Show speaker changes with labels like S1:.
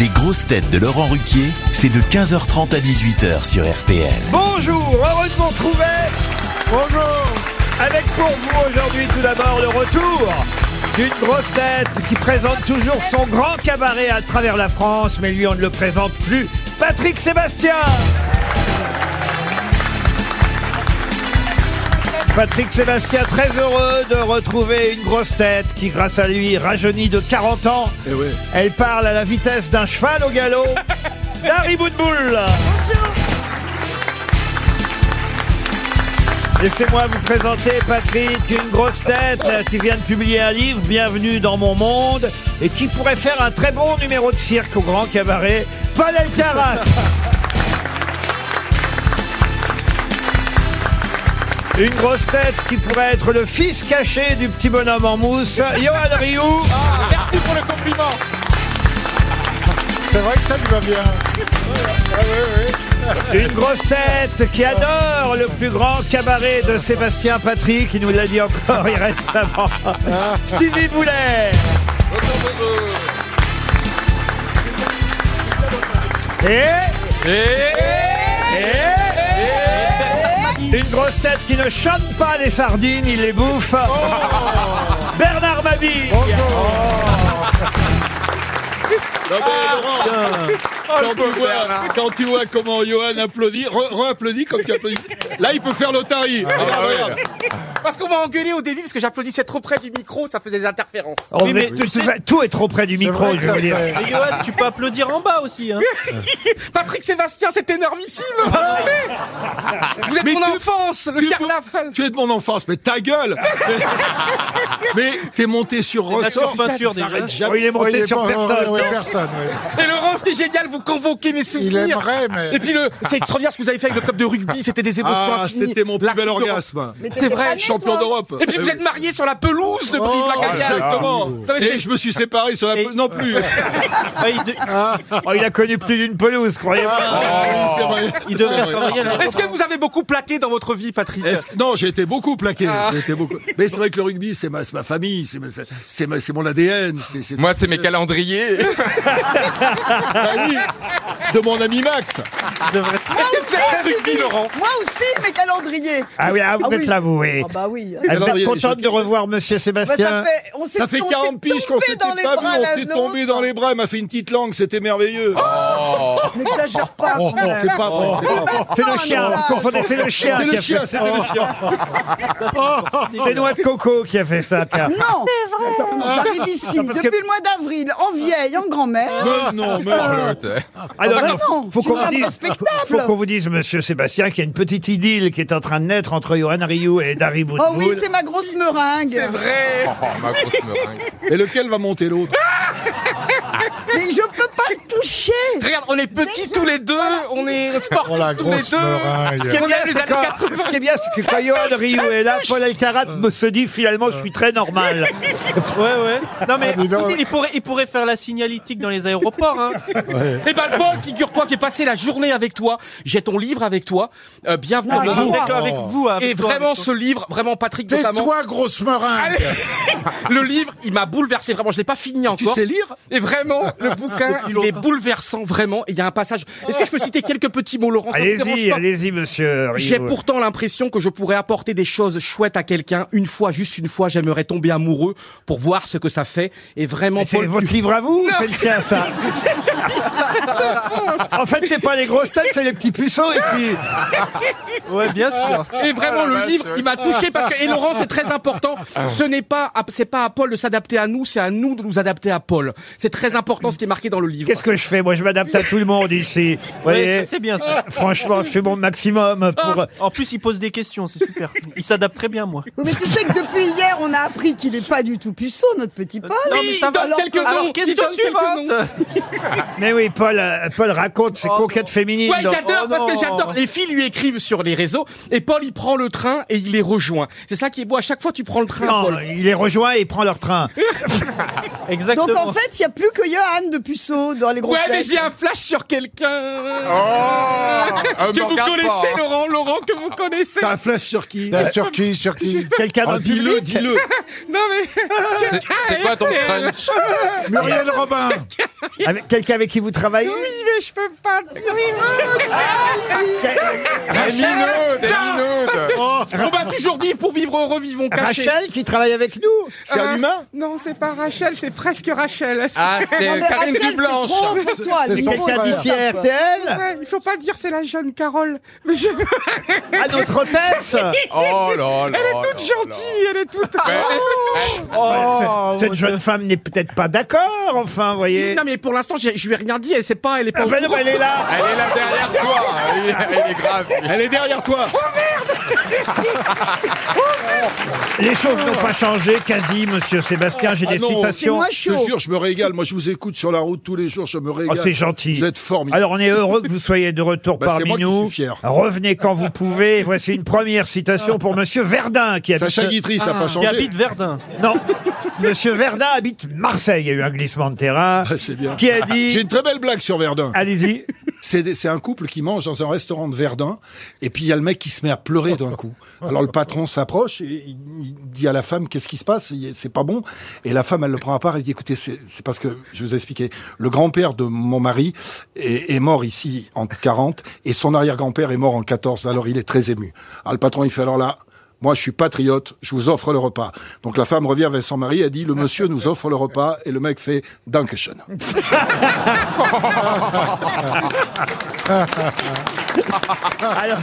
S1: Les grosses têtes de Laurent Ruquier, c'est de 15h30 à 18h sur RTL.
S2: Bonjour, heureux de vous retrouver. Bonjour. Avec pour vous aujourd'hui tout d'abord le retour d'une grosse tête qui présente toujours son grand cabaret à travers la France, mais lui on ne le présente plus, Patrick Sébastien. Patrick Sébastien, très heureux de retrouver une grosse tête qui, grâce à lui, rajeunit de 40 ans. Elle parle à la vitesse d'un cheval au galop. Dari Boudboul Laissez-moi vous présenter Patrick, une grosse tête euh, qui vient de publier un livre, Bienvenue dans mon monde, et qui pourrait faire un très bon numéro de cirque au Grand Cabaret, Paul Elkarat. Une grosse tête qui pourrait être le fils caché du petit bonhomme en mousse, Johan Rioux.
S3: Merci pour le compliment. C'est vrai que ça lui va bien.
S2: Une grosse tête qui adore le plus grand cabaret de Sébastien Patrick, il nous l'a dit encore il reste avant. Stevie Boulet Et, et une grosse tête qui ne chante pas les sardines, il les bouffe. Bernard Mabille
S3: Non, mais Laurent, quand, tu vois, quand tu vois comment Johan applaudit, re- re-applaudit comme tu applaudis. Là, il peut faire l'otarie.
S4: Ah
S3: Regarde, regarde.
S4: Parce qu'on m'a engueulé au début parce que j'applaudissais trop près du micro, ça faisait des interférences.
S2: On est- tout, tout est trop près du micro, je veux dire.
S5: Et Johan, tu peux applaudir en bas aussi. Hein.
S4: Patrick Sébastien, c'est énormissime vous comprenez Vous êtes
S3: Ah Mais
S4: mon
S3: tu-
S4: enfance,
S3: tu
S4: le
S3: es
S4: carnaval
S3: Tu es de mon enfance, mais ta gueule Mais, mais t'es monté sur ressort.
S5: nature peinture,
S3: Ça s'arrête
S5: déjà.
S3: jamais.
S2: Oh, il est monté sur personne.
S4: Et Laurent, ce qui est génial, vous convoquez mes souvenirs Et puis, le... c'est extraordinaire ce que vous avez fait avec le club de rugby, c'était des émotions
S3: Ah,
S4: infinies.
S3: c'était mon plus
S4: La Ah,
S3: bel
S4: Coupe d'Europe.
S3: orgasme.
S4: C'est vrai
S3: Champion d'Europe.
S4: Et puis, vous êtes mariés sur la Ah, pelouse de
S3: Oh,
S4: Brive-la-Gaillarde
S3: exactement.
S4: Non, mais c'est-
S3: Et je me suis séparé sur la...
S5: Et-
S3: Non plus.
S5: Ah, il, de-
S2: Oh, il a connu plus d'une pelouse, croyez-moi.
S3: Ah, oui, c'est vrai.
S5: il
S3: C'est
S5: devrait
S3: vrai.
S5: travailler là.
S4: Est-ce que vous avez beaucoup plaqué dans votre vie, Patrick
S3: Est-ce que- Non, j'ai été beaucoup plaqué.
S4: Ah.
S3: j'ai été beaucoup- Mais c'est vrai que le rugby, c'est ma, c'est ma famille, c'est ma- c'est ma- c'est mon ADN. c'est- c'est-
S6: Moi, c'est mes calendriers.
S3: Ah oui, de mon ami Max.
S4: Est-ce que c'est un rugby,
S7: Stevie.
S4: Laurent
S7: Moi aussi, mes calendriers.
S2: Ah oui, ah, vous
S7: Ah
S2: êtes
S7: oui.
S2: là, vous, oui.
S7: Ah bah oui.
S2: Elle va être
S3: Calendrier,
S2: contente
S3: je-
S2: de revoir Monsieur
S7: Bah,
S2: Sébastien.
S7: ça fait, on s'est-
S3: Ça fait
S7: on s'est
S3: 40 piges qu'on
S7: tombé
S3: s'était
S7: dans les
S3: pas vu,
S7: bras l'un
S3: on s'est
S7: l'autre.
S3: tombé dans les bras, elle m'a fait une petite langue, c'était merveilleux.
S7: N'exagère pas.
S3: Oh,
S7: quand même.
S3: c'est pas vrai, c'est
S2: C'est
S3: pas vrai.
S2: le chien,
S7: Attends,
S2: vous confondez, c'est le chien.
S3: C'est
S2: qui
S3: le
S2: a
S3: chien,
S2: fait-
S3: c'était le chien.
S2: C'est Noix de Coco qui a fait ça, tiens.
S7: Non, Attends, j'arrive ici
S2: parce que-
S7: depuis le mois d'avril, en vieille, en grand-mère.
S3: Mais Oh, non, mais non.
S2: Alors,
S7: bah
S2: il
S7: non,
S2: Ah faut
S7: je
S2: qu'on
S7: suis
S2: vous
S7: un
S2: dise,
S7: spectacle.
S2: faut qu'on vous dise, Monsieur Sébastien, qu'il y a une petite idylle qui est en train de naître entre Johan Rioux et Dari Boudboul.
S7: Oh oui, c'est ma grosse meringue.
S6: Oh, ma grosse meringue.
S3: Et lequel va monter l'autre
S7: Mais je peux pas le toucher.
S4: Regarde, on est petits tous les deux, on est sportifs tous les deux.
S2: Ce qui est
S4: On
S2: bien,
S4: aime les
S2: c'est
S4: années
S2: quand-
S4: 80.
S2: ce qui est bien, c'est que quand Johan Rioux est là, Paul Elkarat me se dit finalement, je suis très normal.
S5: Ouais, ouais. Non, mais il, il pourrait, il pourrait faire la signalétique dans les aéroports. Hein.
S4: Et ben, Paul, figure quoi, qui est passé la journée avec toi, j'ai ton livre avec toi, euh, bienvenue à
S5: Avec
S4: vous. hein.
S5: vous, d'accord, avec vous. avec
S4: Et
S5: toi,
S4: vraiment,
S5: avec toi.
S4: ce livre, vraiment, Patrick, notamment. toi, grosse meringue Le livre, il m'a bouleversé, vraiment, je l'ai pas fini
S3: Tu
S4: encore.
S3: sais lire
S4: Et vraiment, le bouquin, il est bouleversant, vraiment. Et Il y a un passage. Est-ce que je peux citer quelques petits mots, Laurent Ça vous dérange
S2: Oh. Allez-y,
S4: pas
S2: allez-y, Monsieur Rioux.
S4: J'ai pourtant l'impression que je pourrais apporter des choses chouettes à quelqu'un. Une fois, juste une fois, j'aimerais tomber amoureux pour voir ce que ça fait. Et vraiment,
S2: Mais C'est
S4: Paul,
S2: votre
S4: tu-
S2: livre à vous ou c'est le sien, ça En fait, c'est pas les grosses têtes, c'est les petits puceaux ici.
S5: Ouais, bien sûr.
S4: Et
S2: Ah,
S4: vraiment, le
S6: vache,
S4: livre,
S6: ouais.
S4: il m'a touché parce que, et Laurent, c'est très important. Ce n'est pas, à- c'est pas à Paul de s'adapter à nous, c'est à nous de nous adapter à Paul. C'est très important ce qui est marqué dans le livre.
S2: Qu'est-ce que je fais Moi, je m'adapte à tout le monde ici. Vous voyez
S5: Ouais, Ah. c'est bien ça. Oh.
S2: Franchement, je fais mon maximum pour.
S5: En plus, il pose des questions, c'est super. Il s'adapte très bien, moi.
S7: Oui, mais tu sais que depuis hier, on a appris qu'il est pas du tout puceau, notre petit Paul.
S5: Non, mais
S4: Oui,
S5: ça
S4: il donne
S5: alors
S4: quelques
S5: que- alors,
S4: noms, il
S5: question
S4: donne quelques
S5: suivante.
S2: Mais oui, Paul, euh, Paul raconte ses
S5: Oh,
S2: conquêtes féminines.
S4: Ouais,
S2: dans-
S4: j'adore
S5: Oh
S4: parce que
S5: non.
S4: j'adore. Les filles lui écrivent sur les réseaux et Paul il prend le train et il les rejoint. C'est ça qui est beau. À chaque fois, tu prends le train.
S2: Non,
S4: Paul. Euh,
S2: il les rejoint et il prend leur train.
S5: Exactement.
S7: Donc en fait, il y a plus que Johan de puceau dans les grosses
S4: Ouais, mais
S7: têtes.
S4: j'ai un flash sur quelqu'un.
S6: Oh Ah,
S4: que vous connaissez, Laurent, Laurent, que vous connaissez.
S3: T'as un flash sur qui
S8: sur qui Sur qui
S2: Quelqu'un dans
S3: Eh, Ah,
S2: le
S3: Dis-le,
S2: public.
S3: dis-le.
S6: hein.
S4: Non mais.
S6: C'est quoi ton crunch
S8: Muriel Robin
S2: Avec quelqu'un avec qui vous travaillez
S8: mais je peux pas le
S6: Des minaudes, des minaudes.
S4: On m'a toujours dit pour vivre heureux, vivons cachés.
S2: Rachel qui travaille avec nous
S4: c'est un humain Non, c'est pas Rachel, c'est presque Rachel.
S6: Ah,
S7: Non,
S6: c'est
S7: mais
S6: Karine
S7: Rachel, c'est
S6: Dublanche.
S7: trop pour toi,
S2: Mais
S7: Nico,
S2: quelqu'un
S7: non.
S2: d'ici à RTL
S4: Ouais, il faut pas dire c'est la jeune Carole, mais je-
S2: À notre hôtesse
S6: Oh là là.
S4: elle est
S6: là
S4: toute
S6: là.
S4: gentille, elle est toute. Ah,
S2: Cette- Cette jeune femme n'est peut-être pas d'accord, enfin, voyez.
S4: Non mais pour l'instant, j'ai- je lui ai rien dit. Elle sait pas, elle est pas.
S2: Ah
S4: au
S2: ben non,
S4: courant.
S2: elle est là
S6: Elle est là derrière toi. Elle est, elle est grave.
S3: Elle est derrière toi.
S2: Les choses n'ont pas changé, quasi, monsieur Sébastien. J'ai
S3: Ah
S2: des
S3: non,
S7: C'est
S2: citations.
S7: moi
S3: Je te
S7: chaud.
S3: jure, je me régale. Moi, je vous écoute sur la route tous les jours. Je me
S2: Oh,
S3: régale.
S2: c'est gentil.
S3: Vous êtes formidable.
S2: Alors, on est heureux que vous soyez de retour
S3: Bah, c'est
S2: parmi
S3: moi qui
S2: nous.
S3: suis fier.
S2: Revenez quand vous pouvez. Voici une première citation pour monsieur Verdun, qui habite...
S3: Sacha Guitry, ça n'a pas
S5: Il
S3: changé.
S5: habite Verdun.
S2: Non, monsieur Verdun habite Marseille. Il y a eu un glissement de terrain.
S3: Ah, c'est bien.
S2: Qui a
S3: J'ai
S2: dit...
S3: une très belle blague sur Verdun.
S2: Allez-y.
S3: C'est des- c'est un couple qui mange dans un restaurant de Verdun, et puis il y a le mec qui se met à pleurer d'un coup. Alors le patron s'approche et il il dit à la femme qu'est-ce qui se passe, Il- c'est pas bon. Et la femme elle le prend à part et dit écoutez c'est c'est parce que je vous ai expliqué, le grand-père de mon mari est, est mort ici en 40 et son arrière-grand-père est mort en 14. Alors il est très ému. Alors le patron il fait alors là. Moi, je suis patriote, je vous offre le repas. Donc la femme revient avec son mari, elle dit, le monsieur nous offre le repas, et le mec fait, Dankeschön.
S2: Alors,